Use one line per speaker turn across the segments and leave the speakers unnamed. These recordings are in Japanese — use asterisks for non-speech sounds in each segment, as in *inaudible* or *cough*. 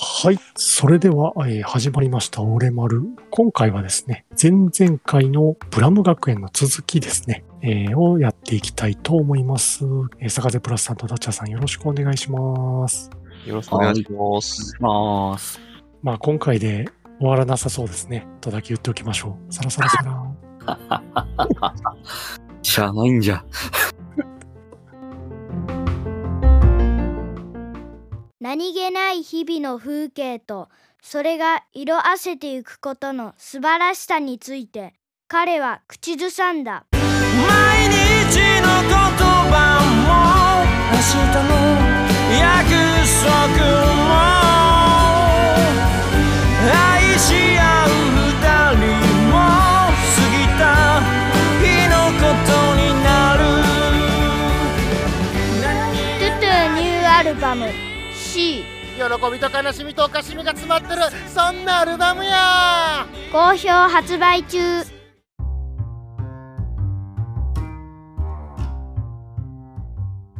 はい。それでは、えー始まりました、オレマル。今回はですね、前々回のブラム学園の続きですね、えーをやっていきたいと思います。えー、坂瀬プラスさんとダッチャーさんよろしくお願いします。
よろしくお願いします。
まーす。
まあ、今回で終わらなさそうですね。とだけ言っておきましょう。さらさらさら。
しゃあないんじゃ。
何気ない日々の風景とそれが色あせてゆくことの素晴らしさについて彼は口ずさんだ
毎日の言葉も明日の約束も愛し合う二人も過ぎた日のことになる
トゥトゥニューアルバム
喜
C
びと悲しみとおかしみが詰まってるそんなアルバムや
好評発売中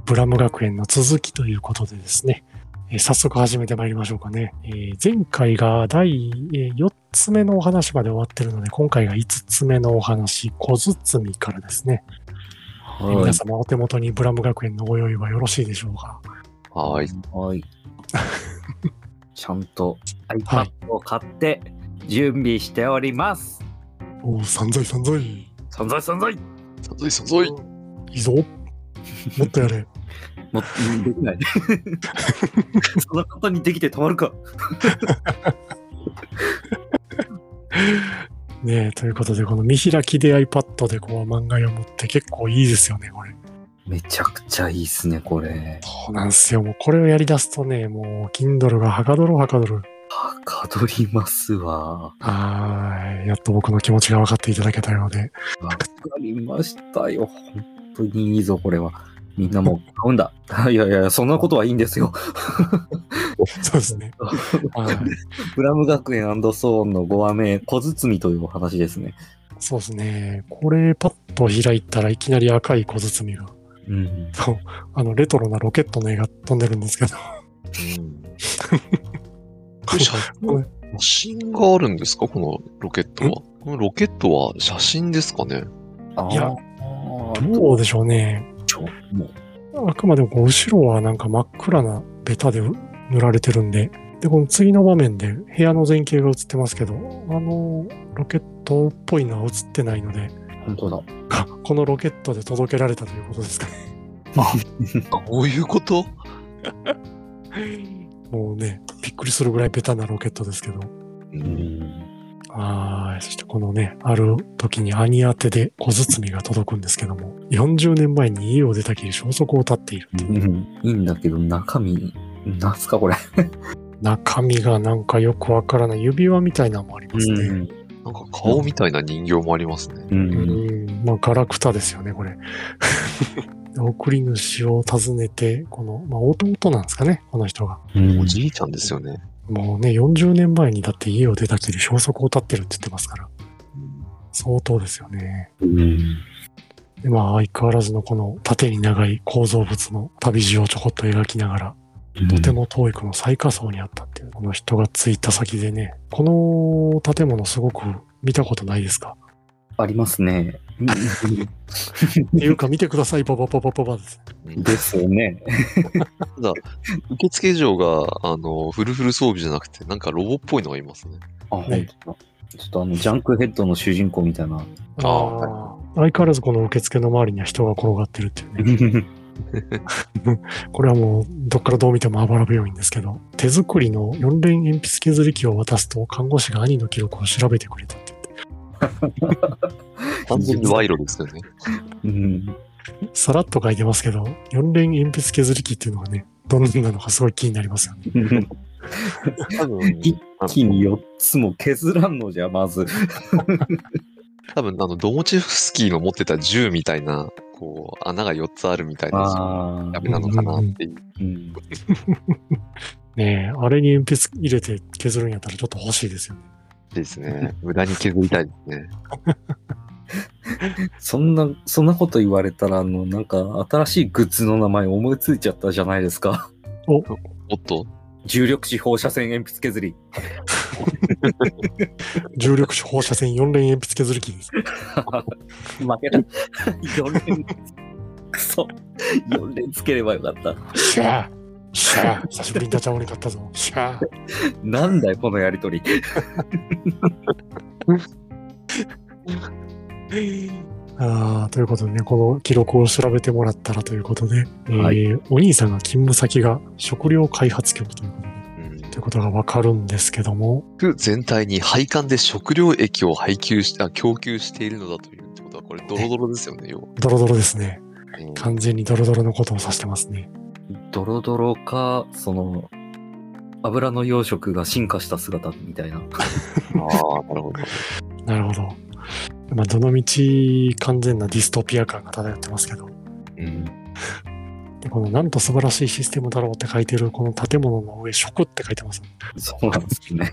ブラム学園の続きということでですね、えー早速始めてまいりましょうかね。えー前回が第4つ目のお話まで終わってるので、今回が5つ目のお話、小包からですね。えー皆様お手元にブラム学園のご用意はよろしいでしょうか
はい。
はい。ちゃんと iPad を買って準備しております。
おお、散財散財。い
存在存在
さぞいさぞい。
いぞ。もっとやれ。
もう、できない。そのことにできてたまるか。
*laughs* ねえ、ということで、この見開きで iPad でこう漫画読むって結構いいですよね、これ。
めちゃくちゃいいっすね、これ。
そうなんですよ。もうこれをやり出すとね、もう Kindle がはかどるはかどる。
はかどりますわ。
はーい。やっと僕の気持ちが分かっていただけたようで。
わかりましたよ。本当にいいぞ、これは。みんなもう買うんだ。いやいや、そんなことはいいんですよ。
そうですね。はい。
ブラム学園ソーンの5話目、小包というお話ですね。
そうですね。これ、パッと開いたらいきなり赤い小包が。
うん。
そう。あの、レトロなロケットの絵が飛んでるんですけど。
写写真があるんですかこのロケットは。このロケットは写真ですかね
あ
いや
ー
どうでしょうね。
ちょもう
あくまでもこう後ろはなんか真っ暗なベタで塗られてるんで、で、この次の場面で部屋の前景が映ってますけど、あのロケットっぽいのは映ってないので、 *laughs*
本当だ。
あこのロケットで届けられたということですかね。
こういうこと
もうね、びっくりするぐらいベタなロケットですけど。
うん。
はーい。そしてこのね、ある時に兄宛てで小包が届くんですけども、40年前に家を出たきり消息を絶っているっていう。
いいんだけど、中身、なんすか、これ。
中身がなんかよくわからない指輪みたいなのもありますね。
なんか顔みたいな人形もありますね。
うん。うん。
うん、まあ、ガラクタですよね、これ。 *laughs* で送り主を訪ねて、この、まあ、弟なんですかね、この人が。
うん
おじいちゃんですよね。
もうね、40年前にだって家を出たきり消息を絶ってるって言ってますから。相当ですよね。
うん
で、まあ、相変わらずのこの縦に長い構造物の旅路をちょこっと描きながら、とても遠いこの最下層にあったっていう、この人が着いた先でね、この建物すごく見たことないですか
ありますね。
っていうか見てください、パパパパパパです。
ですよね。
ただ、受付嬢が、あの、フルフル装備じゃなくて、なんかロボっぽいのがいますね。
あ、
ね
本当だ。ちょっとあの、ジャンクヘッドの主人公みたいな。
あー
相変わらずこの受付の周りには人が転がってるっていうね。これはもうどっからどう見てもあばら病院ですけど、手作りの4連鉛筆削り器を渡すと看護師が兄の記録を調べてくれたって言って、
完全に賄賂ですよね。
うん。
さらっと書いてますけど、4連鉛筆削り器っていうのがね、どんなのかすごい気になりますよね。
多分、
一木に4つも削らんのじゃ、まず。
多分、あの、ドモチェフスキーの持ってた銃みたいな、こう、穴が4つあるみたいな
あ
やめなのかなっていう。
うん。
ねえ、あれに鉛筆入れて削るんやったらちょっと欲しいですよね。
ですね。無駄に削りたいですね。
そんな、そんなこと言われたら、あの、なんか、新しいグッズの名前思いついちゃったじゃないですか。
おっと、
重力子放射線鉛筆削り。
重力子放射線4連鉛筆削り機です。
負けた。4連。 *laughs* くそ。4連つければよかった。
シャーシャー久しぶりにダチャオに買ったぞ。シャー
なんだよ、このやりとり。
あーということでね、この記録を調べてもらったらということで、
は
えーお兄さんが勤務先が食料開発局ということで、
うん
ということがわかるんですけども、
区全体に配管で食料液を配給しあ供給しているのだというってことは、これドロドロですよね、要は。
ドロドロですね。
うん
完全にドロドロのことを指してますね。
ドロドロか、その、油の養殖が進化した姿みた
*laughs*
いな。
ああ、なるほど。
なるほど。まあ、どの道完全なディストピア感が漂ってますけど、
うん。
でこのなんと素晴らしいシステムだろうって書いてるこの建物の上、食って書いてます。
そうなんですね。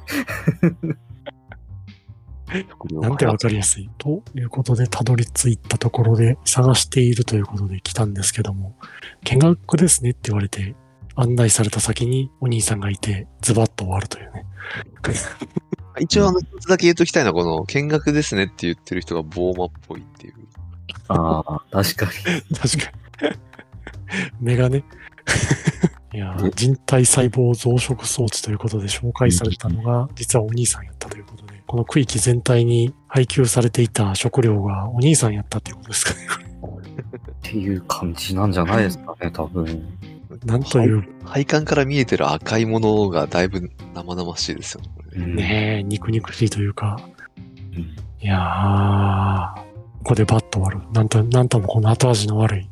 食料
なんてわかりやすい。ということで、たどり着いたところで探しているということで来たんですけども、見学ですねって言われて、案内された先にお兄さんがいて、ズバッと終わるというね。
一応、あの、一つだけ言っときたいのは、この、見学ですねって言ってる人がボーマっぽいっていう。
ああ、確かに。
確かに。メガネ。いやー人体細胞増殖装置ということで紹介されたのが、実はお兄さんやったということで、この区域全体に配給されていた食料がお兄さんやったということですか *laughs* ね。
っていう感じなんじゃないですかね、多分。
なんという、
配管から見えてる赤いものがだいぶ生々しいですよね。これね
ねえ、肉肉しいというか、
うん
いやー、ここでバッと終わる。なんと、なんともこの後味の *laughs* 悪い。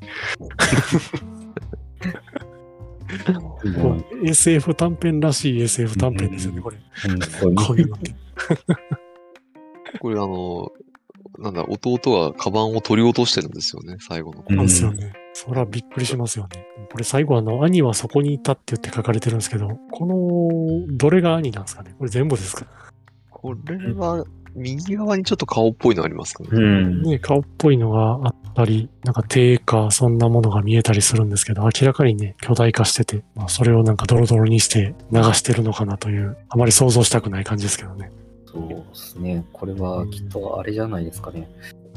うん
SF 短編らしい SF 短編ですよね、これ。こういうのって。
これあの、なんだ、弟がカバンを取り落としてるんですよね、最後の。
うん
なんですよね。そらびっくりしますよね。これ最後あの、兄はそこにいたって言って書かれてるんですけど、この、どれが兄なんですかねこれ全部ですか
これは、右側にちょっと顔っぽいのありますかね。
うん。
ね顔っぽいのがあったり、なんか手かそんなものが見えたりするんですけど、明らかにね、巨大化してて、まあ、それをなんかドロドロにして流してるのかなという、あまり想像したくない感じですけどね。
そうですね。これはきっとあれじゃないですかね。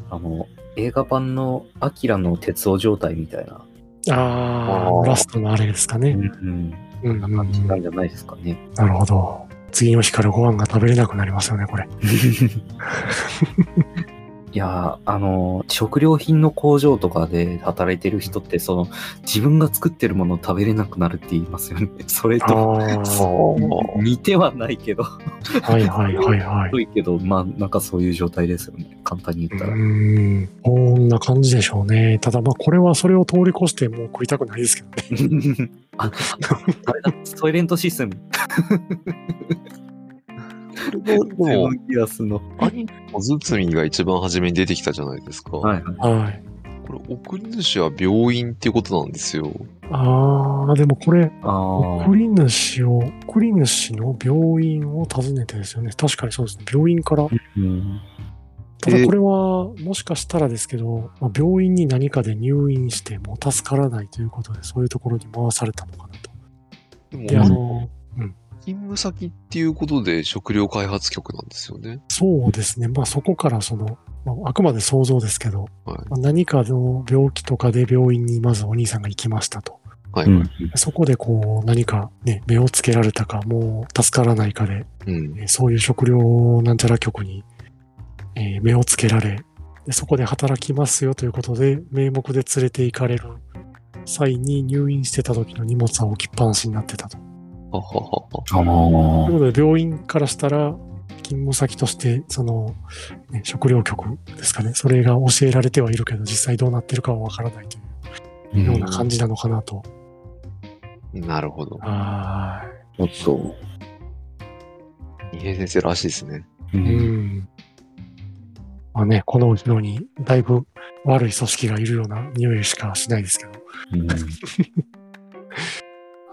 あの、映画版のアキラの鉄夫状態みたいな
あ
あ
ー、
ー
ラストのあれですかね。うん、うん、
感じ
な
な
る
んじゃないですかね。
ほど。次の日からご飯が食べれなくなりますよね、これ。
いやーあのー食料品の工場とかで働いてる人ってその自分が作ってるものを食べれなくなるって言いますよね *laughs* それと
ー
似てはないけど
*laughs* はいはいはいはい。
悪いけどまあなんかそういう状態ですよね簡単に言ったら、
うーん、こんな感じでしょうね。ただまあこれはそれを通り越してもう食いたくないですけどね。
*laughs* ああれだトイレントシステム
も
セブンギアスの
兄のズツミが一番初めに出てきたじゃないですか。
はいはい
はい。
これ、送り主は病院っていうことなんですよ。
あー、でもこれ、
あ
送
ー
り主を、送り主の病院を訪ねてですよね。確かにそうですね。病院から。
うん
ただこれは、もしかしたらですけど、まあ病院に何かで入院してもう助からないということで、そういうところに回されたのかなと。
で
で、あ
も、
の、
勤務先っていうことで食料開発局なんですよね。
そうですね。まあそこからその、まあ、あくまで想像ですけど、
はい
まあ何かの病気とかで病院にまずお兄さんが行きましたと。
はい。
う
うんん。
そこでこう何かね、目をつけられたか、もう助からないかで、えーそういう食料なんちゃら局に、えー目をつけられで、そこで働きますよということで、名目で連れて行かれる際に入院してた時の荷物は置きっぱなしになってたと。
はははは。
あ
とい
の
うことで、病院からしたら、勤務先として、その、ね食料局ですかね、それが教えられてはいるけど、実際どうなってるかはわからないというような感じなのかなと。
なるほど。
は
もっと、
二平先生らしいですね。
う、
うんん。まあね、この後ろにだいぶ悪い組織がいるような匂いしかしないですけど。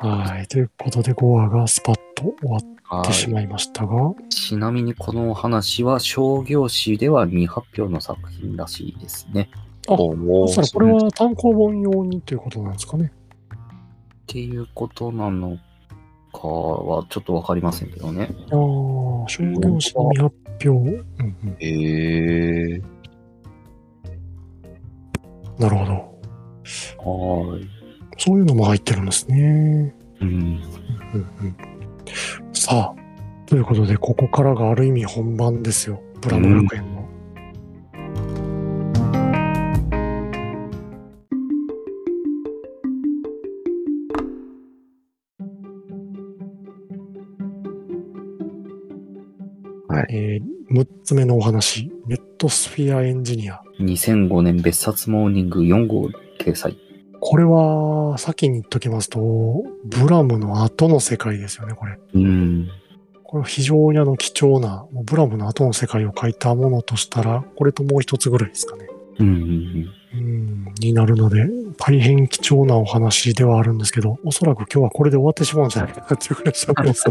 はい。ということで、ゴアがスパッと終わっってしまいましたが、
ちなみにこのお話は商業誌では未発表の作品らしいですね。
あ
おも
そうしたらこれは単行本用にということなんですかね。
っていうことなのかはちょっとわかりませんけどね。
ああ、商業誌の未発表。うんうん、
へえー。
なるほど。
はーい。
そういうのも入ってるんですね。
う
う
ん。
んうん、さあ、ということで、ここからがある意味本番ですよ。ブラム学園の。
はい
えー、6つ目のお話、ネットスフィアエンジニア。
2005年別冊モーニング4号掲載。
これは、先に言っときますと、ブラムの後の世界ですよね、これ。
うん。
これは非常にあの貴重な、もうブラムの後の世界を書いたものとしたら、これともう一つぐらいですかね。
うんうん
うん、になるので、大変貴重なお話ではあるんですけど、おそらく今日はこれで終わってしまうんじゃないかなっていうぐらい喋り
*laughs*
ます。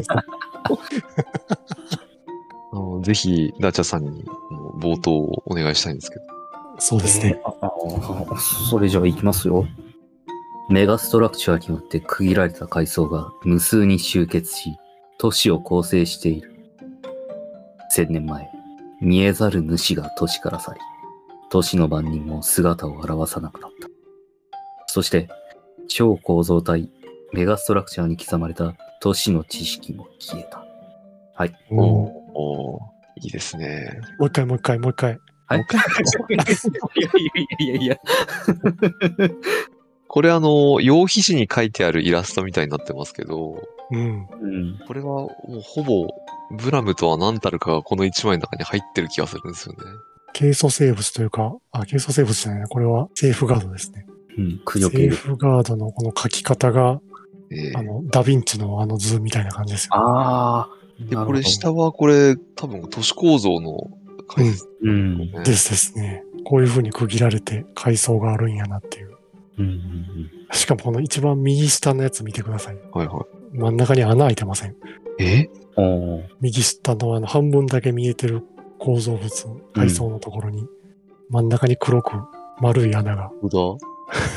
あのぜひ、ダーチャーさんにあの冒頭をお願いしたいんですけど。
そうですね。
ああそれじゃあいきますよ。メガストラクチャーによって区切られた階層が無数に集結し、都市を構成している。千年前、見えざる主が都市から去り、都市の番人も姿を現さなくなった。そして、超構造体、メガストラクチャーに刻まれた都市の知識も消えた。はい。
もう
おーいいですね。
もう一回、もう一回、もう一回。
はい。 *laughs* いやいやいやいや。
これあの、用皮紙に書いてあるイラストみたいになってますけど、
*laughs* うん。
うん
これはもうほぼ、ブラムとは何たるかがこの一枚の中に入ってる気がするんですよね。
軽素生物というか、あ、軽素生物じゃないな。これはセーフガードですね。
うん。駆
セ
除
ー。
系
フガードのこの書き方が、
ええ
あの、ダヴィンチのあの図みたいな感じですよ。
ああ。
で、
な
こ
るほど
れ下はこれ、多分都市構造の解説
うん。
ね
ですですね。こういう風に区切られて階層があるんやなっていう。
うんうん
しかもこの一番右下のやつ見てください。
はいは
真ん中に穴開いてません。
い。え
うんおー
右下のあの半分だけ見えてる構造物、階層のところに、真ん中に黒く丸い穴が。
本当だ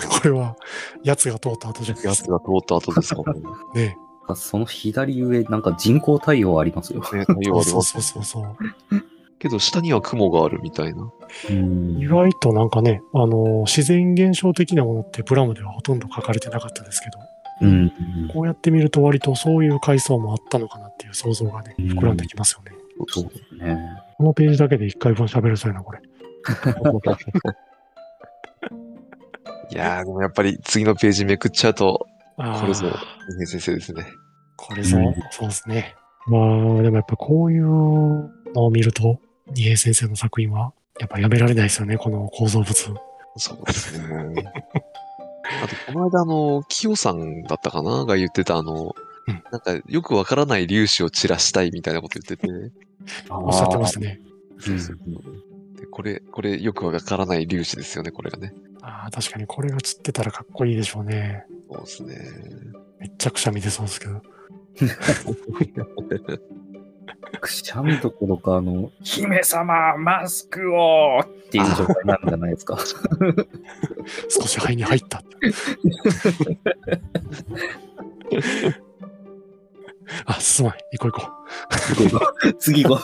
これは、奴が通った後じゃないで
や
す
つ
か。
が通った後
*laughs*
ですかもう
ね
あその左上、なんか人工対応ありますよ。
ね、太陽
そう
あり
そう
ます
そうそうそう。
けど、下には雲があるみたいな。
うん
意外となんかね、あの、自然現象的なものってブラムではほとんど書かれてなかったですけど、
うん。
こうやって見ると割とそういう階層もあったのかなっていう想像がね、
うん
膨らんできますよね。
そうですね。
このページだけで一回分喋れそうやな、これ。
いやー、でもやっぱり次のページめくっちゃうと、
あー
これぞ、人間先生ですね。
これぞ、
うん
そうですね。まあ、でもやっぱこういうのを見ると、二平先生の作品は、やっぱやめられないですよね、この構造物。
そうですね。あと、この間、あの、キヨさんだったかなが言ってた、あの
うん、
なんか、よくわからない粒子を散らしたいみたいなこと言ってて、
おっしゃってましたね。
そうそうでこれ、これ、よくわからない粒子ですよね、これがね。
ああ、確かにこれが散ってたらかっこいいでしょうね。
そうですね。
めっちゃくしゃみ出そうですけど。
あーくしゃみどころか、あの、姫様、マスクをっていう状態なんじゃない
*laughs*
ですか。
少し肺に入ったって。あ、すまん。行こう行こう。
次は。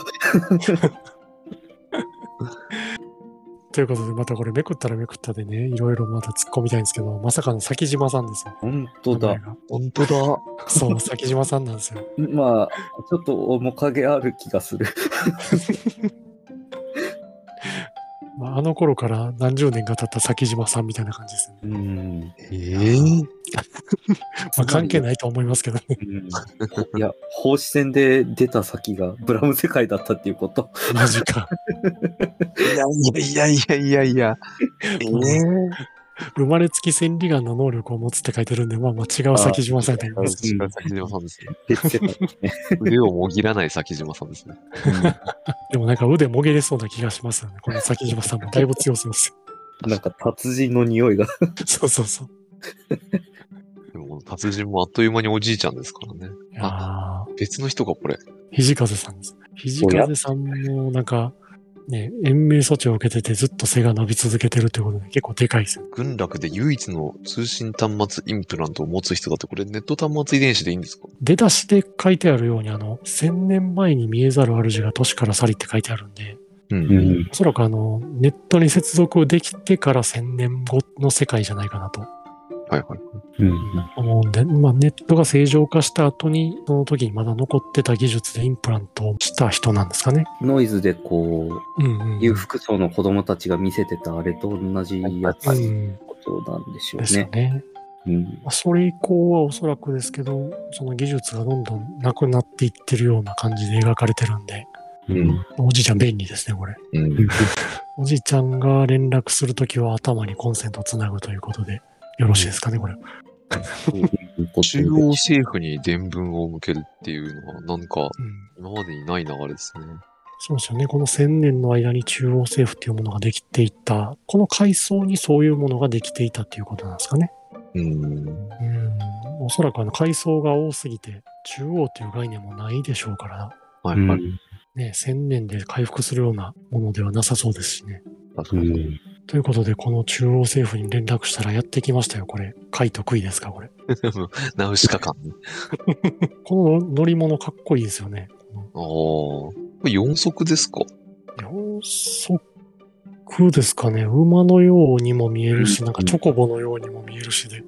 ということで、またこれめくったらめくったでね、いろいろまた突っ込みたいんですけど、まさかの崎島さんですよ。
本当だ
名前。が
本当だ。
そう、崎島さんなんですよ。
まあ、ちょっと面影ある気がする。
まあ、あの頃から何十年が経った崎島さんみたいな感じですね。
うん。
えー、
まあ、関係ないと思いますけどね。 *laughs*
いや、奉仕戦で出た先がブラム世界だったっていうこと。
マジか。
いやいやいやいやいや。えー
生まれつき千里眼の能力を持つって書いてるんで、まあまあ違う崎島さんやと思いますけ
うん
崎島さんですね。
別世界
*laughs*
腕をもぎらない崎島さんですね。
ど、でもなんか腕もげれそうな気がしますよね。この崎島さんもだいぶ強そうですよ。
なんか達人の匂いが。
そうそうそう。
でも、達人もあっという間におじいちゃんですからね。
いやー
別の人がこれ。
肘風さんです。肘風さんもなんか、ね、延命措置を受けててずっと背が伸び続けてるってことで結構でかいですよ。
群落で唯一の通信端末インプラントを持つ人だって、これネット端末遺伝子でいいんですか
出だしで書いてあるように、あの、千年前に見えざる主が都市から去りって書いてあるんで、
う。
うんん。
おそらくあの、ネットに接続できてから千年後の世界じゃないかなと
はいはい。
うん。
思うんで、まあネットが正常化した後に、その時にまだ残ってた技術でインプラントをした人なんですかね。
ノイズでこ
うんうん、う
う、
ん。
裕福層の子供たちが見せてたあれと同じやつ
う
の
ん
ことなんでしょ
で
う
すよ
ね。
ね。
うん
ま。あそれ以降はおそらくですけど、その技術がどんどんなくなっていってるような感じで描かれてるんで、
うん。
おじいちゃん便利ですね、これ。
うん。
おじいちゃんが連絡するときは頭にコンセントをつなぐということで、よろしいですかね、これ。
そういうことで
中央政府に伝聞を向けるっていうのは、なんか
うん。
今までにない流れですね。
そうですよね。この千年の間に中央政府っていうものができていた、この階層にそういうものができていたっていうことなんですかね。
うん。
うん。おそらくあの階層が多すぎて、中央という概念もないでしょうから、
は
う
い
ん。
はい。
ね、千年で回復するようなものではなさそうですしね。
確か
う
に。
ん。
ということで、この中央政府に連絡したらやってきましたよ、これ。貝と杭ですか、これ。
ナウシカ感ね。
この乗り物かっこいいですよね。
ああ。これ4足ですか
四足ですかね。馬のようにも見えるし、なんかチョコボのようにも見えるしで。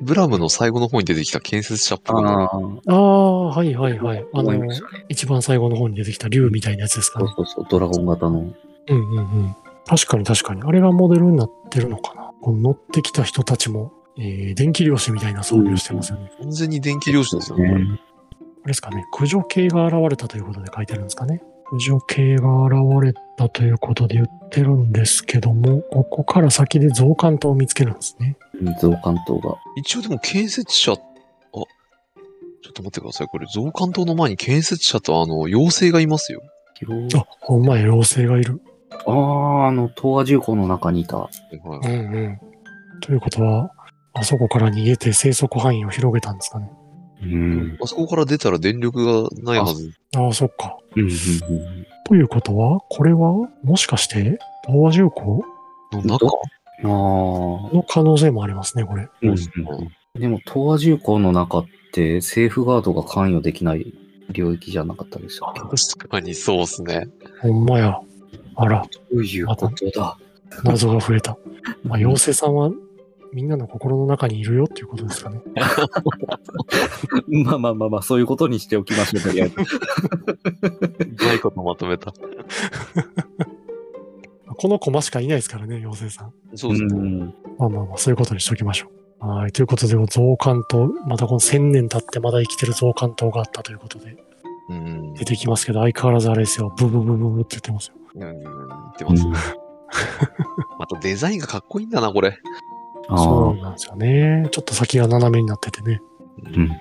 ブラムの最後の方に出てきた建設者っぽくな
あ
い
あ、
ああ、はいはいはい。あ
思い
の
まし、たね。
一番最後の方に出てきた竜みたいなやつですか
そう
ね。
そうそう、ドラゴン型の。
うんうんうん。確かに確かに。あれがモデルになってるのかな。この乗ってきた人たちも、えー電気漁師みたいな装備をしてますよね。
完全に電気漁師ですよね。こ
あ
れ
れですかね、駆除系が現れたということで書いてあるんですかね。駆除系が現れたということで言ってるんですけども、ここから先で増刊島を見つけるんですね。
うん増刊島が。
一応でも建設者、あ、ちょっと待ってください。これ増刊島の前に建設者とあの、妖精がいますよ。
あ、ほんまや、妖精がいる。
ああ、あの、東亜重工の中にいた。
は
うん
い。
うん。ということは、あそこから逃げて生息範囲を広げたんですかね。
うん。
あそこから出たら電力がないはず。
ああ、そっか。
うんうん
ということは、これは、もしかして、東和重工
の中
うん。ああ。
の可能性もありますね、これ。
うんでも、東亜重工の中って、政府ガードが関与できない領域じゃなかったでしたっけ
確かにそうですね。
ほんまや。あら、
どういうことだ
謎が増えた。まあ、妖精さんは、みんなの心の中にいるよっていうことですかね。
*laughs* まあまあまあまあ、そういうことにしておきましょう、とりあえず。
うまいことまとめた。
この駒しかいないですからね、妖精さん。
そうですね。
ん
まあまあまあ、そういうことにしておきましょう。はい。ということで、増刊島、またこの1000年経ってまだ生きてる増刊島があったということで、
うん。
出てきますけど、相変わらずあれですよ、ブブブブブって言ってますよ。
うん、言ってます。またデザインがかっこいいんだな、これ。
そ
あ
うなんですよね。ちょっと先が斜めになっててね。
ーうん
とい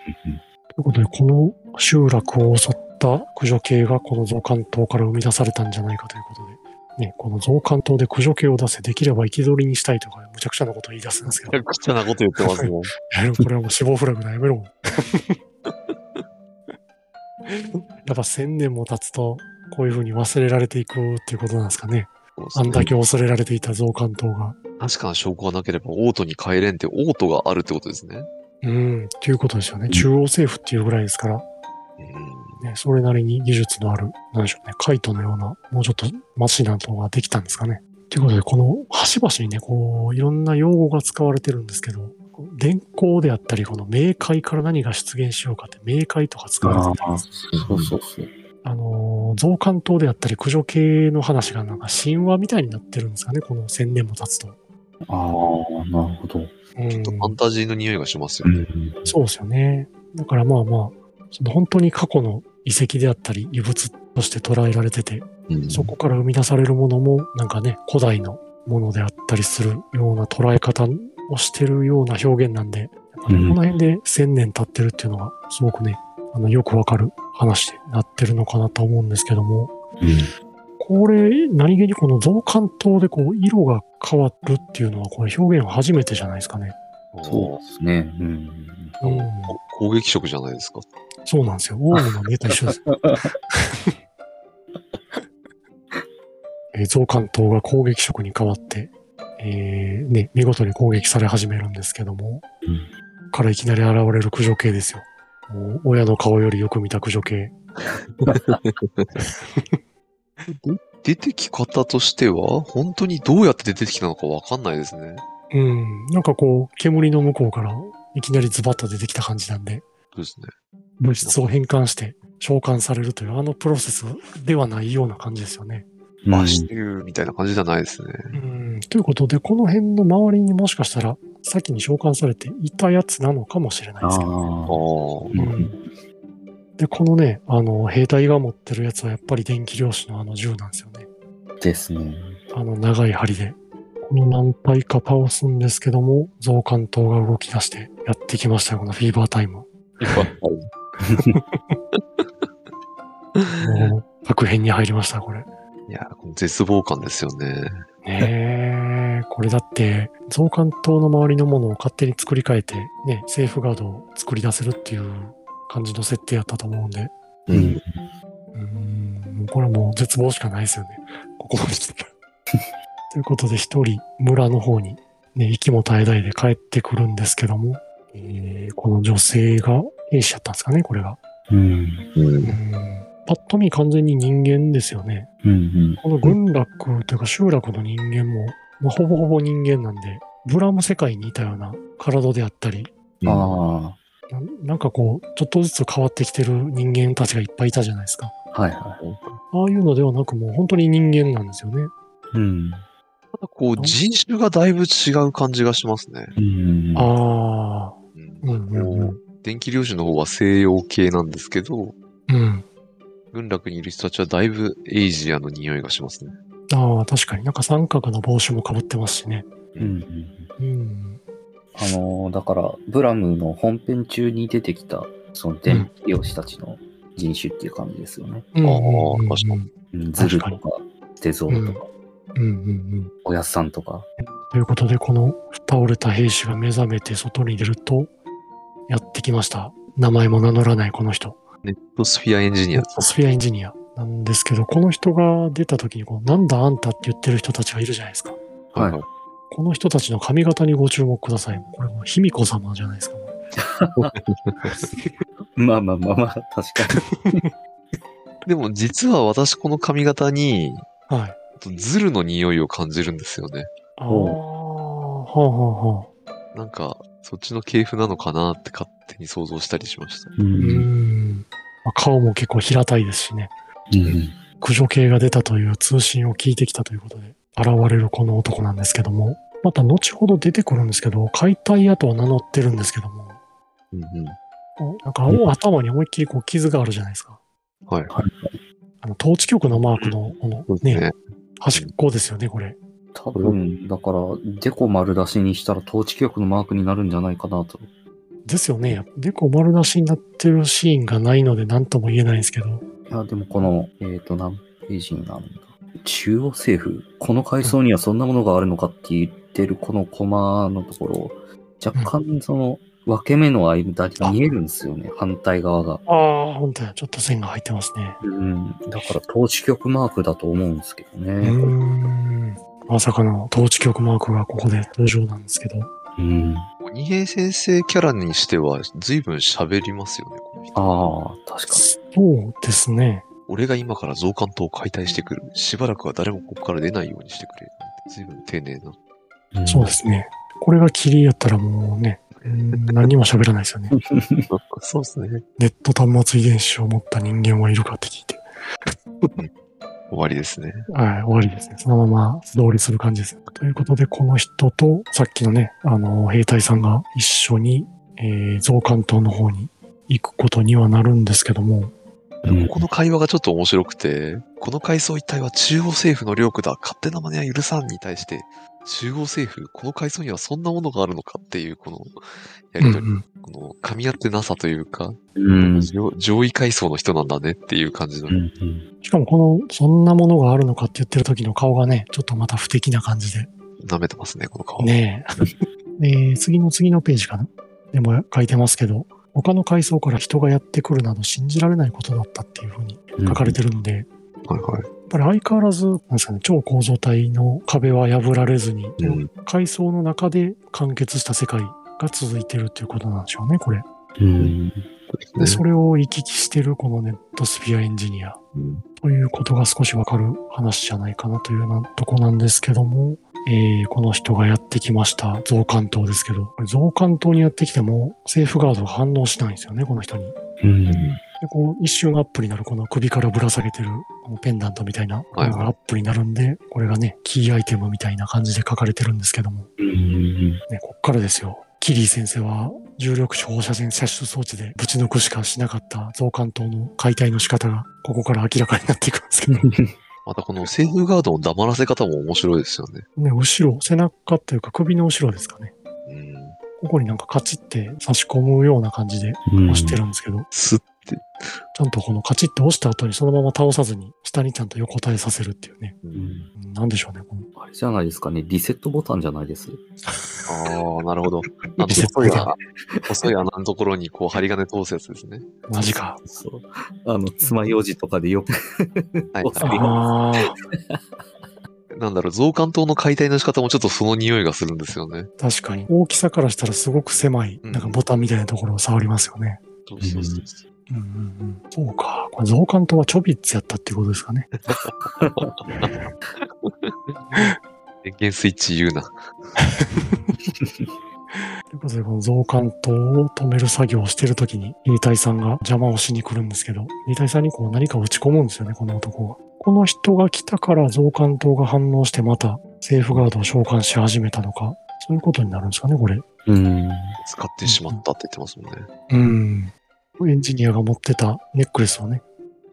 うことで、この集落を襲った駆除系がこの増刊島から生み出されたんじゃないかということで、ね、この増刊島で駆除系を出せ、できれば生き捕りにしたいとか、むちゃくちゃなことを言い出すんですけど。
くちゃなこと言って *laughs* ますもん。
いやこれはもう死亡フラグだや *laughs* めろ。やっぱ千年も経つと、こういうふうに忘れられていくっていうことなんですかね。あんだけ恐れられていた増刊党が。
確かな証拠がなければ、オートに帰れんって、オートがあるってことですね。
うん、ということですよね。中央政府っていうぐらいですから、
うん
ね、それなりに技術のある、なんでしょうね、カイトのような、もうちょっとマシな党ができたんですかね。ということで、この端々にね、こう、いろんな用語が使われてるんですけど、電光であったり、この明快から何が出現しようかって、明快とか使われてたりとか
そうそうそう。
あのー、増刊島であったり駆除系の話がなんか神話みたいになってるんですかね、この千年も経つと。
ああ、なるほど。
うん
ちょっとファンタジーの匂いがしますよね。
そうですよね。だからまあまあ、その本当に過去の遺跡であったり、遺物として捉えられてて、
うん
そこから生み出されるものも、なんかね、古代のものであったりするような捉え方をしてるような表現なんで、やっぱね
うん
この辺で千年経ってるっていうのが、すごくね、あのよくわかる話になってるのかなと思うんですけども、これ、何気にこの増刊灯でこう、色が変わるっていうのは、これ表現は初めてじゃないですかね。
そうですね。うん。
うん
こ攻撃色じゃないですか。
そうなんですよ。オウムの目と一緒です。 *laughs* えー増刊党が攻撃色に変わって、えーね、見事に攻撃され始めるんですけども、
うん
からいきなり現れる駆除系ですよ。もう親の顔よりよく見た駆除系。
出てき方としては、本当にどうやって出てきたのかわかんないですね。
うん、なんかこう、煙の向こうからいきなりズバッと出てきた感じなんで、
そうですね。
物質を変換して召喚されるというあのプロセスではないような感じですよね。
まあ、してるみたいな感じじゃないですね。
うんということで、この辺の周りにもしかしたら、先に召喚されていたやつなのかもしれない
あ
です
あ
けど。
あ
う
あ。
ー。
んで、このね、あの、兵隊が持ってるやつはやっぱり電気漁師のあの銃なんですよね。
ですね。
あの長い針で。この何体か倒すんですけども、増刊刀が動き出してやってきましたよ、このフィーバータ *laughs* イム。もう作編に入りました、これ。
いや、この絶望感ですよね。
ねえ、これだって、増刊島の周りのものを勝手に作り変えて、ね、セーフガードを作り出せるっていう感じの設定やったと思うんで、
うん。
うーん、これはもう絶望しかないですよね。ここまで来たら。 *laughs* ということで、一人村の方に、ね、息も絶え絶えで帰ってくるんですけども、えーこの女性が兵士やったんですかね、これが。
うん。
うん
う。んパッと見完全に人間ですよね。
うん。
この群落というか集落の人間も、まあ、ほぼほぼ人間なんで、ブラム世界にいたような体であったり、
うん。あ
ななんかこう、ちょっとずつ変わってきてる人間たちがいっぱいいたじゃないですか。
あ。はいは
ああいうのではなく、もう本当に人間なんですよね。
い。うん。
ただこう、人種がだいぶ違う感じがしますね。
うん。
ああ、
うん
うんうんうん。
電気漁師の方は西洋系なんですけど、
うん。
群落にいる人たちはだいぶエイジアの匂いがしますね。
ああ、確かになんか三角の帽子もかぶってますしね。
うん。
うん。
あのーだから、ブラムの本編中に出てきた、その電気漁師たちの人種っていう感じですよね。
うんうんうんうん
確か
うん、ズルと
確
か、デゾーとか、
うんうんうん。
おやっさんとか。
ということで、この倒れた兵士が目覚めて外に出ると、やってきました。名前も名乗らないこの人。
ネットスフィアエンジニア。
スフィアエンジニアなんですけど、この人が出た時にこう、なんだあんたって言ってる人たちがいるじゃないですか。
はい
はい。
この人たちの髪型にご注目ください。これもう卑弥呼様じゃないですか。
まあまあまあまあ、確か
でも実は私この髪型に、
はい。
ズルの匂いを感じるんですよね。
ああ、
ほう
はあはあはあ。
なんか、そっちの系譜なのかなって勝手に想像したりしました。
に。う
うーん。まあ顔も結構平たいですしね。
うん。
駆除系が出たという通信を聞いてきたということで、現れるこの男なんですけども、また後ほど出てくるんですけど、解体跡を名乗ってるんですけども、
うんうん。
こうなんかお頭に思いっきりこう傷があるじゃないですか。
はい。
あの、統治局のマークの、この
そうです
ね、
ね。
端っこですよね、これ。
多分、だから、デコ丸出しにしたら統治局のマークになるんじゃないかなと。
ですよね。で、こう丸出しになってるシーンがないので何とも言えないんですけど。
いや、でもこの、えっ、と、何ページになるんだ。中央政府、この階層にはそんなものがあるのかって言ってるこのコマのところ、若干その分け目の間に見えるんですよね、反対側が。
ああ、本当や。ちょっと線が入ってますね。
うん。だから、投資局マークだと思うんですけど
うー
ね。
ん。まさかの統治局マークがここで登場なんですけど。
うん。
鬼平先生キャラにしては随分喋りますよね、この人。
ああ、確か
そうですね。
俺が今から増刊島を解体してくる。しばらくは誰もここから出ないようにしてくれ。随分丁寧な。
に。
そうですね。これがキリやったらもうね、うーん何にも喋らないですよね。
*laughs* そうですね。
ネット端末遺伝子を持った人間はいるかって聞いて。
終わりですね。
はい、終わりですね。そのまま素通りする感じです。ということで、この人と、さっきのね、あの、兵隊さんが一緒に、えー、増刊島の方に行くことにはなるんですけども、
うん
ここの会話がちょっと面白くて、この階層一帯は中央政府の領区だ。勝手な真似は許さんに対して、中央政府、この階層にはそんなものがあるのかっていう、この、やりとり、
うんうん
この、噛み合ってなさというか、
うん。
上上位階層の人なんだねっていう感じの。
うん。
しかもこの、そんなものがあるのかって言ってる時の顔がね、ちょっとまた不敵な感じで、
舐めてますね、この顔。
ねえ。えー次の次のページかなでも書いてますけど、他の階層から人がやってくるなど信じられないことだったっていうふうに書かれてるので、や
はいはい。
っぱり相変わらず、なんですかね、超構造体の壁は破られずに、
うん。
階層の中で完結した世界が続いてるっていうことなんでしょうね、これ。
うん。
で、それを行き来してるこのネットスピアエンジニア
うん
ということが少しわかる話じゃないかなというようなとこなんですけども、えーこの人がやってきました増刊島ですけど、これ増刊島にやってきてもセーフガードが反応しないんですよね、この人に。
うん。
でこう一瞬アップになるこの首からぶら下げてるこのペンダントみたいなこれがアップになるんで、これがね、キーアイテムみたいな感じで書かれてるんですけども、
うん。
ね、こっからですよ。キリー先生は重力子放射線射出装置でぶち抜くしかしなかった増刊島の解体の仕方がここから明らかになっていくんですけ
*laughs*
ど、
またこのセーフガードの黙らせ方も面白いですよね。
ね、後ろ、背中というか首の後ろですかね。
うん。
ここになんかカチって差し込むような感じで押してるんですけど、
すっ
ちゃんとこのカチって押した後にそのまま倒さずに下にちゃんと横たえさせるっていうね。
うん。
うんなんでしょうね、この
あれじゃないですかね。リセットボタンじゃないです。
ああ、なる
*laughs*
ほど。あの
リセット
細い穴、細い穴のところにこう針金通すやつですね。
マジか。
そう。あの、爪楊枝とかでよく。
はい、
おそう
は
ああ、
い。なんだろう、増刊塔の解体の仕方もちょっとその匂いがするんですよね。
確かに。大きさからしたらすごく狭い、
うん
なんかボタンみたいなところを触りますよね。
そう
そうそう
うんうんうん、そうか。これ増刊とはチョビッツやったっていうことですかね。
電源スイッチ言うな。
ということで、この増刊灯を止める作業をしてるときに、兵隊さんが邪魔をしに来るんですけど、兵隊さんにこう何か打ち込むんですよね、この男が。この人が来たから増刊灯が反応してまた、セーフガードを召喚し始めたのか、そういうことになるんですかね、これ。
うん。
使ってしまったって言ってますもんね。
うん。エンジニアが持ってたネックレスをね、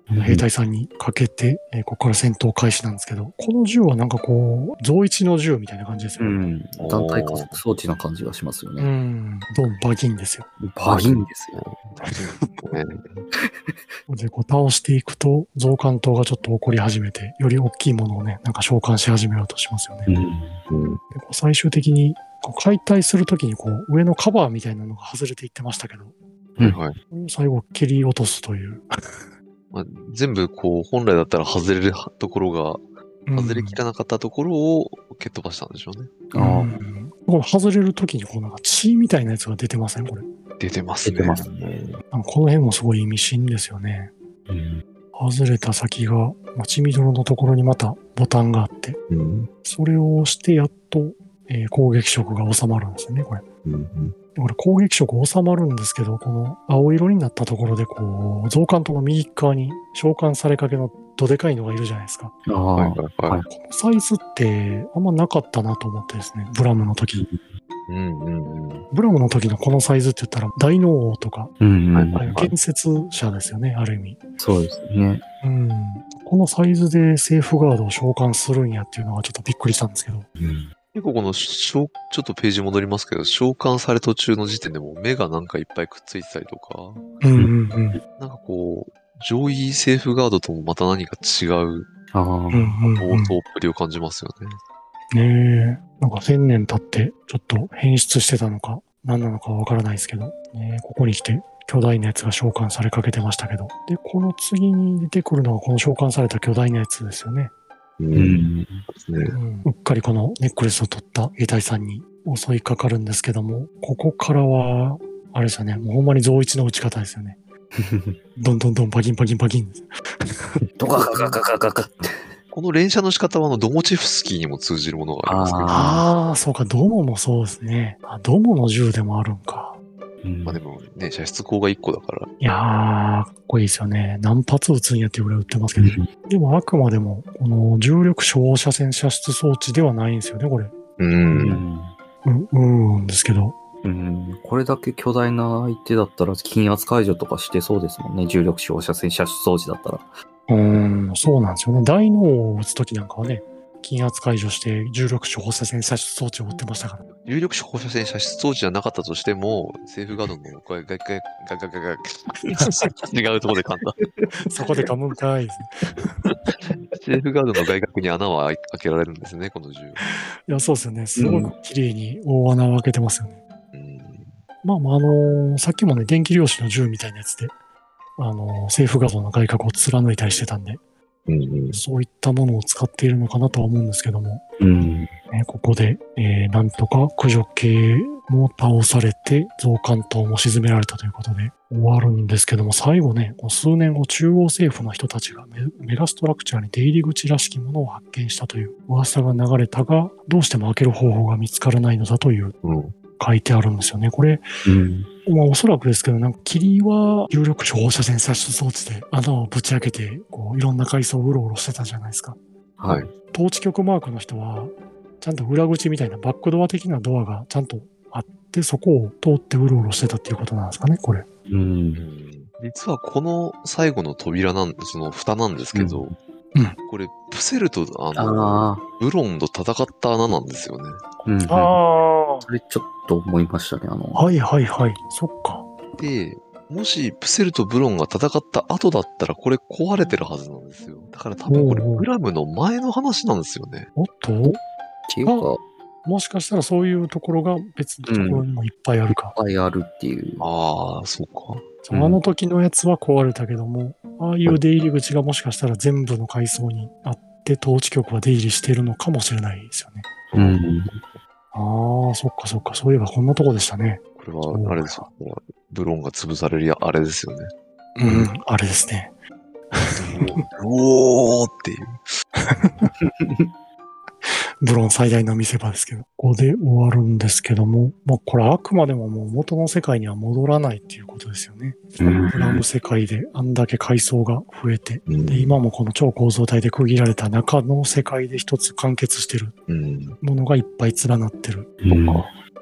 兵隊さんにかけて、えーここから戦闘開始なんですけど、この銃はなんかこう、増一の銃みたいな感じです
う
よね。
ん。団体加速装置な感じがしますよ
う
ね。
ん。ドンバギンですよ。
バギンですよ。
で、こう倒していくと、増刊灯がちょっと起こり始めて、より大きいものをね、なんか召喚し始めようとしますよね。
う
で
ん。
こう最終的に、こう解体するときに、こう、上のカバーみたいなのが外れていってましたけど、
はいはい。
最後蹴り落とすという。
まあ、全部こう、本来だったら外れるところ
うん
が、外れきらなかったところを蹴っ飛ばしたんでしょうね。
ああ、
うんこの外れるときに、こう、なんか血みたいなやつが出てませんこれ。
出てます
出
ね。
てますね。
なんかこの辺もすごい意味深ですよね。
うん。
外れた先が、まあ、血みどろのところにまたボタンがあって、
うん。
それを押してやっと、えー攻撃色が収まるんですよね、これ。
うん。
でこれ攻撃色収まるんですけど、この青色になったところで、こう、増刊との右側に召喚されかけのどでかいのがいるじゃないですか。
あ
はい
あ、
はいはい。
このサイズってあんまなかったなと思ってですね、ブラムの時。
うんうんうん。
ブラムの時のこのサイズって言ったら、大脳王とか、
うん、うん
は
ああ
い
いう建設者ですよね、ある意味。
そうですね。
うん。このサイズでセーフガードを召喚するんやっていうのがちょっとびっくりしたんですけど。
うん。
結構この、しょちょっとページ戻りますけど、召喚され途中の時点でもう目がなんかいっぱいくっついてたりとか、
うんうんうん。
なんかこう、上位セーフガードともまた何か違う
ああ、
うんうん、う
冒
ん。
頭っぷりを感じますよね。
ねえ。なんか千年経って、ちょっと変質してたのか、何なのかわからないですけど、ねえここに来て、巨大なやつが召喚されかけてましたけど。で、この次に出てくるのがこの召喚された巨大なやつですよね。
う
う。ん。
ね
う。んうっかりこのネックレスを取った兵隊さんに襲いかかるんですけども、ここからは、あれですよね、もうほんまに増一の打ち方ですよね。どんどんどんパキンパキンパキンです。
とかかかかかかって。
この連射の仕方はあの、ドモチフスキーにも通じるものがありますけど、
あ
ああ、そうか、ドモもそうですね。あドモの銃でもあるんか。
うん
まあでもね、射出口が1個だから、
いやー、かっこいいですよね。何発撃つんやっていうぐらい撃ってますけど。でもあくまでも、この重力照射線射出装置ではないんですよね、これ。
う。
うんん
うん、うーんですけど。
うん、これだけ巨大な相手だったら、禁圧解除とかしてそうですもんね。重力照射線射出装置だったら。
うーん、そうなんですよね。大脳を撃つときなんかはね、禁圧解除して重力照射線射出装置を撃ってましたから。 *laughs*
有力者放射線射出装置じゃなかったとしても、セーフガードの声がガガガガガガガ違うところで簡単。
そこで噛むんかいですね。
セーフガードの外角に穴は開い開けられるんですね、この銃。
いや、そうですよね。すごく綺麗に大穴を開けてますよね。
うん。
まあまあ、あのーさっきもね、電気量子の銃みたいなやつで、あのー、セーフガードの外角を貫いたりしてたんで、
うんうん、
そういったものを使っているのかなとは思うんですけども、
うん。
ね、ここで、えーなんとか駆除系も倒されて、増艦島も沈められたということで、終わるんですけども、最後ね、こう数年後、中央政府の人たちがメメガストラクチャーに出入り口らしきものを発見したという噂が流れたが、どうしても開ける方法が見つからないのだという
うん。
書いてあるんですよね。これ、
うん。
まあ、おそらくですけど、なんか霧は有力者放射線殺傷装置で穴をぶち開けて、こういろんな階層をうろうろしてたじゃないですか。
はい。
統治局マークの人は、ちゃんと裏口みたいなバックドア的なドアがちゃんとあって、そこを通ってうろうろしてたっていうことなんですかね、これ。
う。
うんん実はこの最後の扉なん、その蓋なんですけど、
うん
うん
これ、プセルとあの
あ
ブロンと戦った穴なんですよね。
あ。うん。
あ
それちょっと思いましたね、あの。
あ。はいはいはい。そっか。
で、もしプセルとブロンが戦った後だったら、これ壊れてるはずなんですよ。だから多分これ、
おうおう
グラムの前の話なんですよね。
おっと
っていうか、いっ
もしかしたらそういうところが別のところにもいっぱいあるか。
ぱいあるっていう。
ああ、そうか。
そうあの時のやつは壊れたけども、ああいう出入り口がもしかしたら全部の階層にあって、統治局は出入りしているのかもしれないですよね。
うん。
ああ、そっかそっか。そういえばこんなとこでしたね。
これは、あれですよ。ブロンが潰されるや、あれですよね。
うん、あれですね。
おーっていう。
ブロン最大の見せ場ですけど、ここで終わるんですけども、まあこれあくまでももう元の世界には戻らないっていうことですよね。
うん
グラム世界であんだけ階層が増えて、
うん
で、今もこの超構造体で区切られた中の世界で一つ完結してる
うん。
ものがいっぱい連なってる。
うん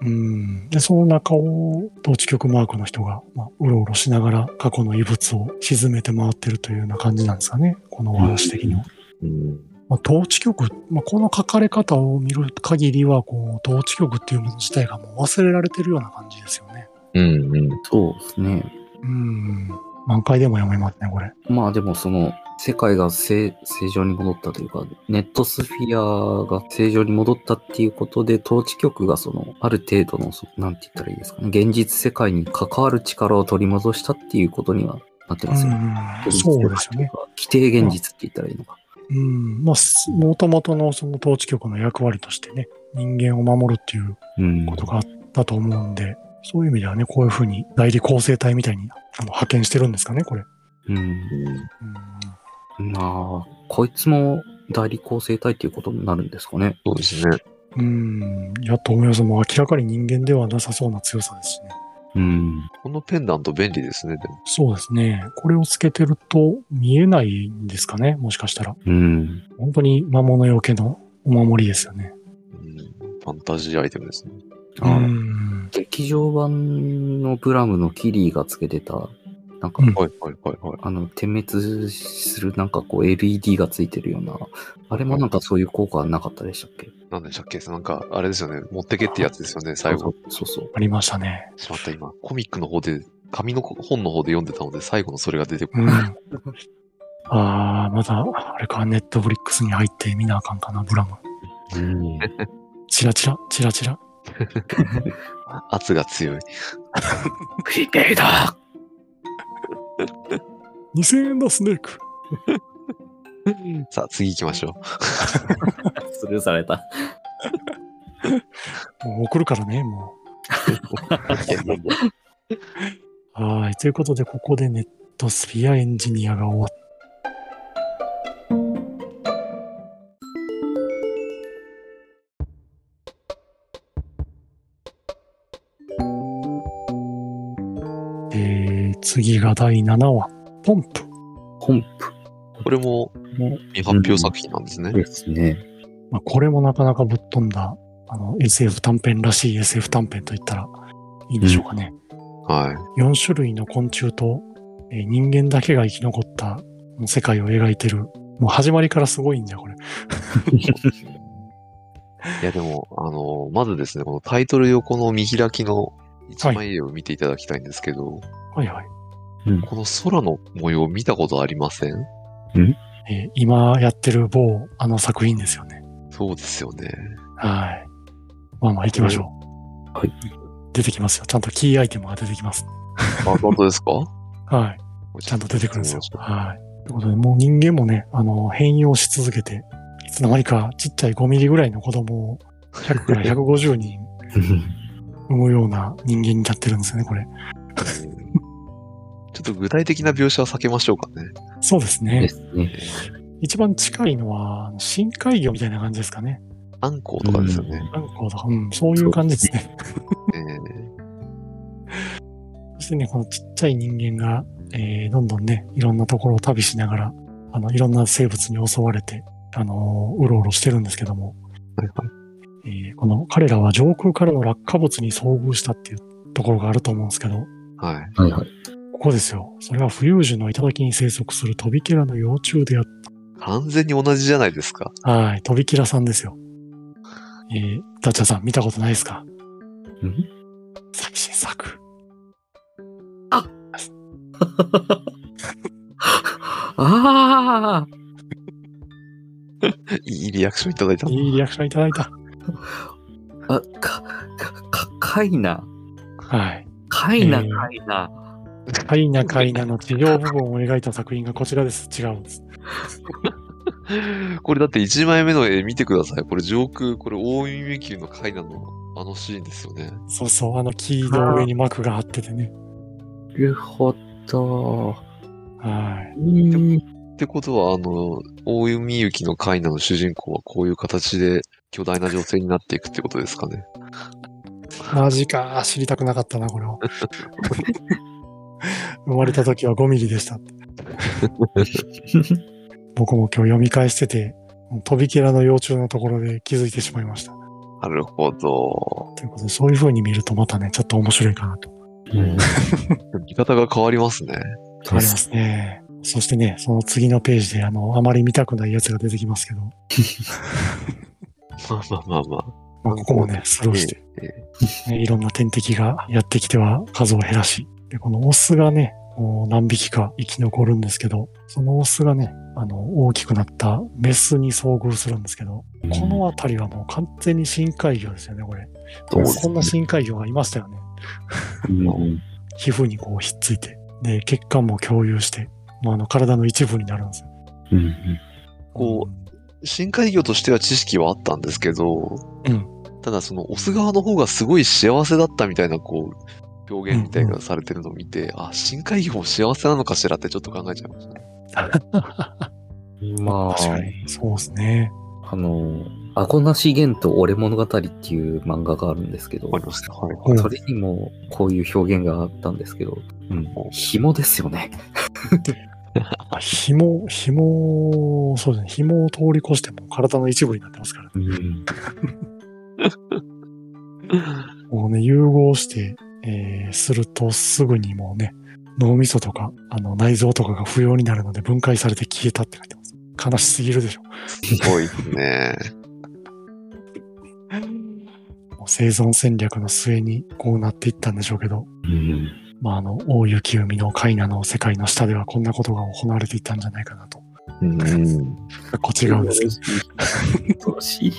うん。で、その中を、統治局マークの人が、まあ、うろうろしながら過去の遺物を沈めて回ってるというような感じなんですかね。このお話的には。
うん。
まあ、統治局、まあ、この書かれ方を見る限りはこう統治局っていうもの自体がもう忘れられてるような感じですよね。
うん。うん。
そうですね。
うん満開でも読めますねこれ。
まあでもその、世界が正正常に戻ったというか、ネットスフィアが正常に戻ったっていうことで、統治局がその、ある程度のそ、なんて言ったらいいですかね、現実世界に関わる力を取り戻したっていうことにはなってますよね。
うんそうですよね。。
規定現実って言ったらいいのか。
うんまあもともとのその統治局の役割としてね人間を守るっていう
うん。
ことがあったと思うんでそういう意味ではねこういうふうに代理構成体みたいにあの派遣してるんですかねこれ。
うん。
うん
まあ、こいつも代理構成体っていうことになるんですかね。
そうですね。
うん、やっと思います。もう明らかに人間ではなさそうな強さですしね。
うん。
このペンダント便利ですね、でも。
そうですね。これをつけてると見えないんですかね、もしかしたら。
うん。
本当に魔物よけのお守りですよね。
うん。ファンタジーアイテムですね。
う
あ
ん。
劇場版のブラムのキリーがつけてた、なんか、
うん
はいはいはいはい。
あの、点滅するなんかこう LED がついてるような、あれもなんかそういう効果はなかったでしたっけ
なんでしたっけなんか、あれですよね。持ってけってやつですよね、最後。。
そうそう。
ありましたね。
しまった、今。コミックの方で、紙の本の方で読んでたので、最後のそれが出てく
う
る。 *laughs*
ん。ああ、まだ、あれか、ネットフリックスに入って見なあかんかな、ブラム。
うん。
チラチラ、チラチラ。
圧が強い。
クリペイだ
2000円だ、スネーク。
さあ、次行きましょう。
スルーされた。
もう送るからね、も
は
う。はい。ということで、ここでネットスフィアエンジニアが終わっえー次が第7話、ポンプ。
コンプ
これも、未発表作品なんですね。
ですね。
まあ、これもなかなかぶっ飛んだ、あの、SF 短編らしい SF 短編と言ったらいいんでしょうかね。
はい。
4種類の昆虫と、えー人間だけが生き残った世界を描いてる。もう始まりからすごいんだよ、これ。
いや、でも、あの、まずですね、このタイトル横の見開きの一枚絵を見ていただきたいんですけど、
はいはい。
この空の模様見たことありません
えー今やってる某あの作品ですよね。
そうです
*laughs*
よね。
はい。まあまあ行きましょう。
はい。
出てきますよ。ちゃんとキーアイテムが出てきます。
あ、本当ですか
はい。ちゃんと出てくるんですよ。はい。ということで、もう人間もね、あの、変容し続けて、いつの間にかちっちゃい5ミリぐらいの子供を100から150人産むような人間になってるんですよね、これ。
ちょっと具体的な描写は避けましょうかね。
そうです
で
ね。
すね。
一番近いのは、あの深海魚みたいな感じですかね。
アンコウとかですよね。
アンコウとか、うん、そういう感じですね。
え
そしてね、このちっちゃい人間が、えーどんどんね、いろんなところを旅しながら、あの、いろんな生物に襲われて、あのーうろうろしてるんですけども、えーこの彼らは上空からの落下物に遭遇したっていうところがあると思うんですけど、
ーはい。はい。
はいはい。
ここですよ。それは浮遊樹の頂に生息するトビキラの幼虫であっ
完全に同じじゃないですか。 *laughs*
た。はい、トビキラさんですよ。えー、ダッチャさん見たことないですか
うん
最新作。
あ
いいリアクションい
*laughs*
ただいた。
いいリアクションいただいた。
ああか、か、か、かいな。
はい。
かいな、
えー
かいな。
カイナカイナの治療部分を描いた作品がこちらです。違うんです。
これだって1枚目の絵見てください。これ上空、これ大夢球の階段のあのシーンですよね。
そうそう、あの木の上に膜が張っててね。
なるほど。
はい。
うん
ってことは、あの、大海行きのカイナの主人公はこういう形で巨大な女性になっていくってことですかね。
マジか、知りたくなかったな、こ *laughs* れは。生まれた時は5ミリでしたって。僕も今日読み返してて、飛びキラの幼虫のところで気づいてしまいました。
なるほど。
ということで、そういう風に見るとまたね、ちょっと面白いかなと
見方が変わりますね。
思いますね。そしてね、その次のページで、あの、あまり見たくないやつが出てきますけど、
まあまあまあまあ。
まあ、ここもね、スローして、ね、いろんな天敵がやってきては数を減らし、でこのオスがね、こう何匹か生き残るんですけど、そのオスがね、あの、大きくなったメスに遭遇するんですけど、この辺りはもう完全に深海魚ですよね、これ。
そうですね
こんな深海魚がいましたよね。
うん
皮膚にこうひっついて、で、血管も共有して、もうあの、体の一部になるんですよ。
うん
こ深海魚としては知識はあったんですけど、
うん
ただそのオス側の方がすごい幸せだったみたいなこう表現みたいなのがされてるのを見て、あ深海魚も幸せなのかしらってちょっと考えちゃいましたね。
ま
確か
あ、
に。そうですね。
あの、アゴナシゲンと俺物語っていう漫画があるんですけど、
わかりました。はい。
うん
それにもこういう表現があったんですけど、うん、紐ですよね。
あ紐、紐、そうですね。紐を通り越してもう体の一部になってますからね。
うん、
もうね、融合して、えーするとすぐにもうね、脳みそとか、あの、内臓とかが不要になるので分解されて消えたって書いてます。悲しすぎるでしょ。
すごいですね。
もう生存戦略の末にこうなっていったんでしょうけど、
うん、
まあ、あの、大雪海の海ナの世界の下ではこんなことが行われていたんじゃないかなと。
うん。
こっち側ですけど。
恐ろしい。っ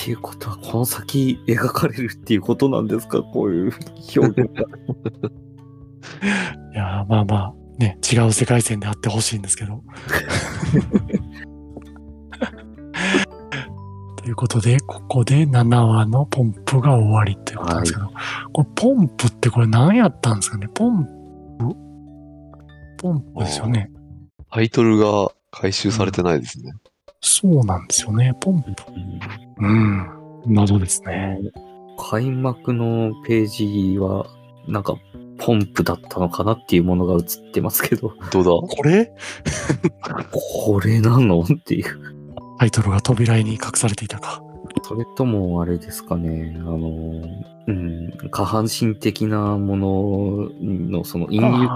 ていうことは、この先描かれるっていうことなんですか、こういう表現が。
いやーまあまあ、ね、違う世界線であってほしいんですけ *laughs* ど。ということで、ここで7話のポンプが終わりということなんですけど、これポンプってこれ何やったんですかねポンプポンプですよね。
タイトルが回収されてないですね。
そうなんですよね。ポンプ。うん。謎ですね。
開幕のページは、なんか、ポンプだったのかなっていうものが映ってますけ *laughs* ど、
どう
これ
これなのっていう。
タイトルが扉絵に隠されていたか。
それともあれですかね、あの、うん、下半身的なものの、その隠喩的な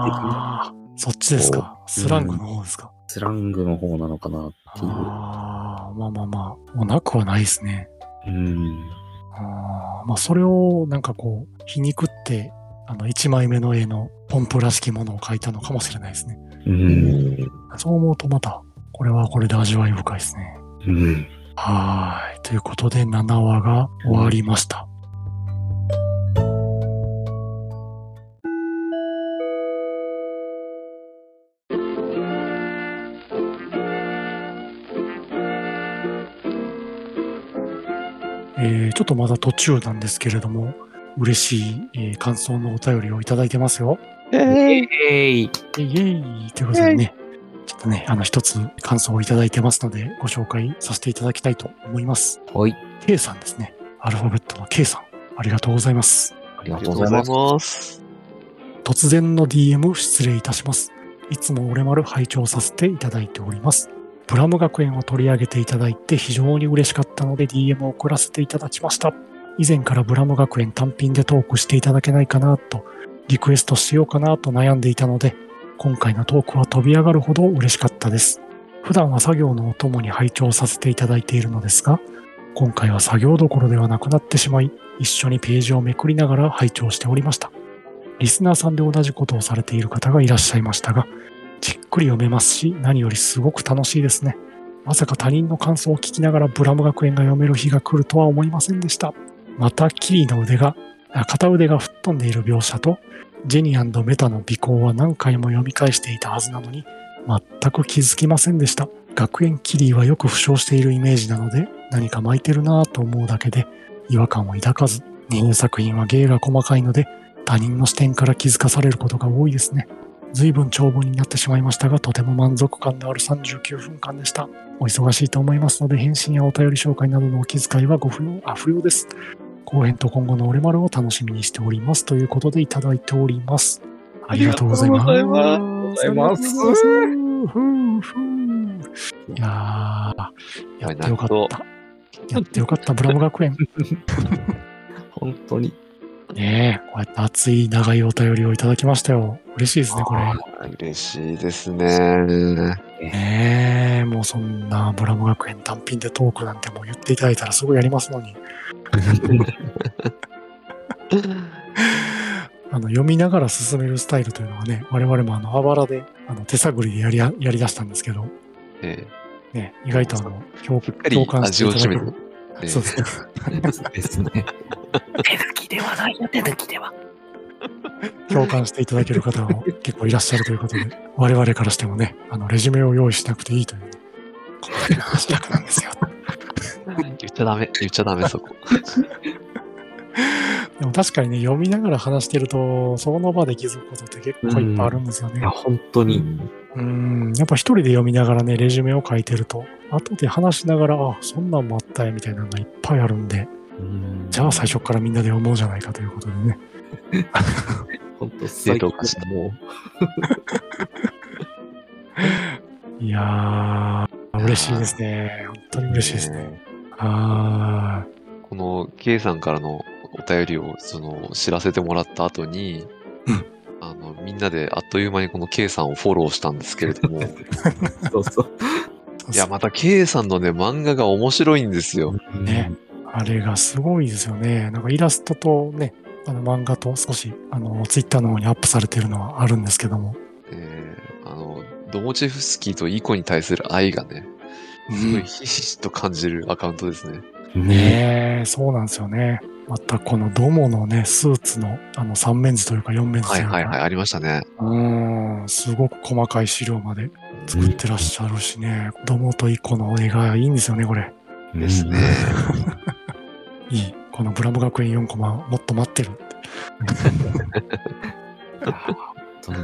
あーそっちですか。スラングの方ですか。
スラングの方なのかなっていう。
ああ、まあまあまあ、もうなくはないですね。
うん。
あーまあ、それをなんかこう、皮肉って、あの、1枚目の絵のポンプらしきものを描いたのかもしれないですね。
うん。
そう思うとまたこれはこれで味わい深いですね。
うん。
はーい。ということで、7話が終わりました。えーちょっとまだ途中なんですけれども、嬉しい、えー感想のお便りをいただいてますよ。
えい。
イエイということでね、ちょっとね、あの、一つ感想をいただいてますので、ご紹介させていただきたいと思います。
はい。
K さんですね。アルファベットの K さん。ありがとうございます。
ありが
あり
と
が
う
とう
ご
ご
ざ
ざ
いま
いま
す。
す。
突然の DM 失礼いたします。いつも俺丸拝聴させていただいております。プラム学園を取り上げていただいて非常に嬉しかったので DM を送らせていただきました。以前からブラム学園単品でトークしていただけないかなと、リクエストしようかなと悩んでいたので、今回のトークは飛び上がるほど嬉しかったです。普段は作業のお供に拝聴させていただいているのですが、今回は作業どころではなくなってしまい、一緒にページをめくりながら拝聴しておりました。リスナーさんで同じことをされている方がいらっしゃいましたが、じっくり読めますし、何よりすごく楽しいですね。まさか他人の感想を聞きながらブラム学園が読める日が来るとは思いませんでした。また、キリの腕が、あ片腕が吹っ飛んでいる描写と、ジェニーメタの尾行は何回も読み返していたはずなのに、全く気づきませんでした。学園キリーはよく負傷しているイメージなので、何か巻いてるなぁと思うだけで、違和感を抱かず、人間作品は芸が細かいので、他人の視点から気づかされることが多いですね。随分長文になってしまいましたが、とても満足感のある39分間でした。お忙しいと思いますので、返信やお便り紹介などのお気遣いはご不要、あ、不要です。後編と今後の俺丸を楽しみにしております。ということでいただいております。ありがとうございます。
ありがとうござい
ありがとうございます。ふうふういやー、やってよかった。やってよかった、ブラム学
*laughs*
園。
本当に。
ねえ、こうやって熱い長いお便りをいただきましたよ。嬉しいですね、これ。
嬉しいですね。
ねえ、もうそんなブラム学園単品でトークなんてもう言っていただいたらすぐやりますの
*laughs*
に。あの読みながら進めるスタイルというのはね、我々もあのあばらであの手探りでやりややりだしたんですけど、
え
ね、意外とあの共
え、しっかり
共感し
味
てい
を
ただけ
占め
る
る。。ええ
そうですね。
ですね。手抜きではないよ、手抜きでは。
共感していただける方も結構いらっしゃるということで、我々からしてもね、あのレジュメを用意しなくていいという、
*laughs*
ね、こんな話楽なんですよ。
言っちゃダメ、言っちゃダメ、そこ。
でも確かにね、読みながら話してると、その場で気づくことって結構いっぱいあるんですよね
いや、。本当に。
うん、やっぱ一人で読みながらね、レジュメを書いてると、後で話しながら、あ、そんなんもあったよみたいなのがいっぱいあるんで、
うん
じゃあ最初からみんなで読もうじゃないかということでね。
本当
正当化した
も。
いやー、嬉しいですね。本当に嬉しいですね。
ね。
あ
この K さんからのお便りをその知らせてもらった後に、
うん
あのみんなであっという間にこの K さんをフォローしたんですけれども、いう
そうそう。
ー
や、また K さんのね、漫画が面白いんですよ。
ね。あれがすごいですよね。なんかイラストとね、あの漫画と少し、あの、ツイッターの方にアップされてるのはあるんですけども。
えーあの、ドモチェフスキーとイコに対する愛がね、すごいひしひしと感じるアカウントですね。
ね
ねえ、そうなんですよね。またこのドモのね、スーツのあの3面図というか4面図と
はいいう
か、
はいはい、ありましたね。
うん、すごく細かい資料まで作ってらっしゃるしね、ドモとイコの絵がいいんですよね、これ。
え。
ですね。
いい。このブラム学園4コマ、もっと待ってる。
本当に。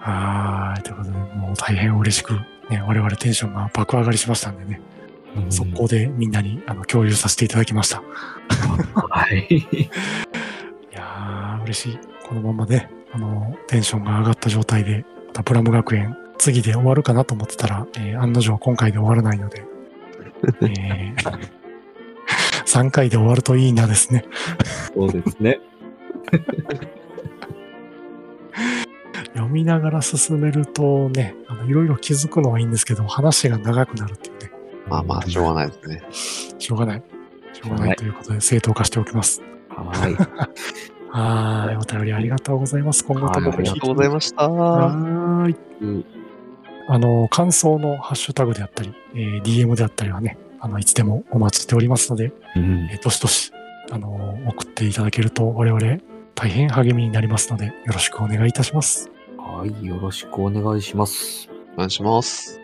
はーい、ということで、もう大変嬉しく、ね、我々テンションが爆上がりしましたんでね、速攻でみんなにあの共有させていただきました。
はい。
いやー、嬉しい。このままね、あの、テンションが上がった状態で、またプラム学園、次で終わるかなと思ってたら、えー案の定今回で終わらないので、
*laughs*
え3回で終わるといいなですね。
そうですね。
読みながら進めるとね、あのいろいろ気づくのはいいんですけど、話が長くなるっていうね、
まあまあ、しょうがないですね。
しょうがない。しょうが
しょうが
な
ないい
ということで、正当化しておきます。
はい。
はい、お便りありがとうございます。今後と
あ
も
あ
り
りが
が
聞いて
とうございました。
はーい。
うん
あの、感想のハッシュタグであったり、えー DM であったりはね、あの、いつでもお待ちしておりますので、
うん
えーどしどし、あの、送っていただけると我々大変励みになりますので、よろしくお願いいたします。
はい、よろしくお願いします。
お願いします。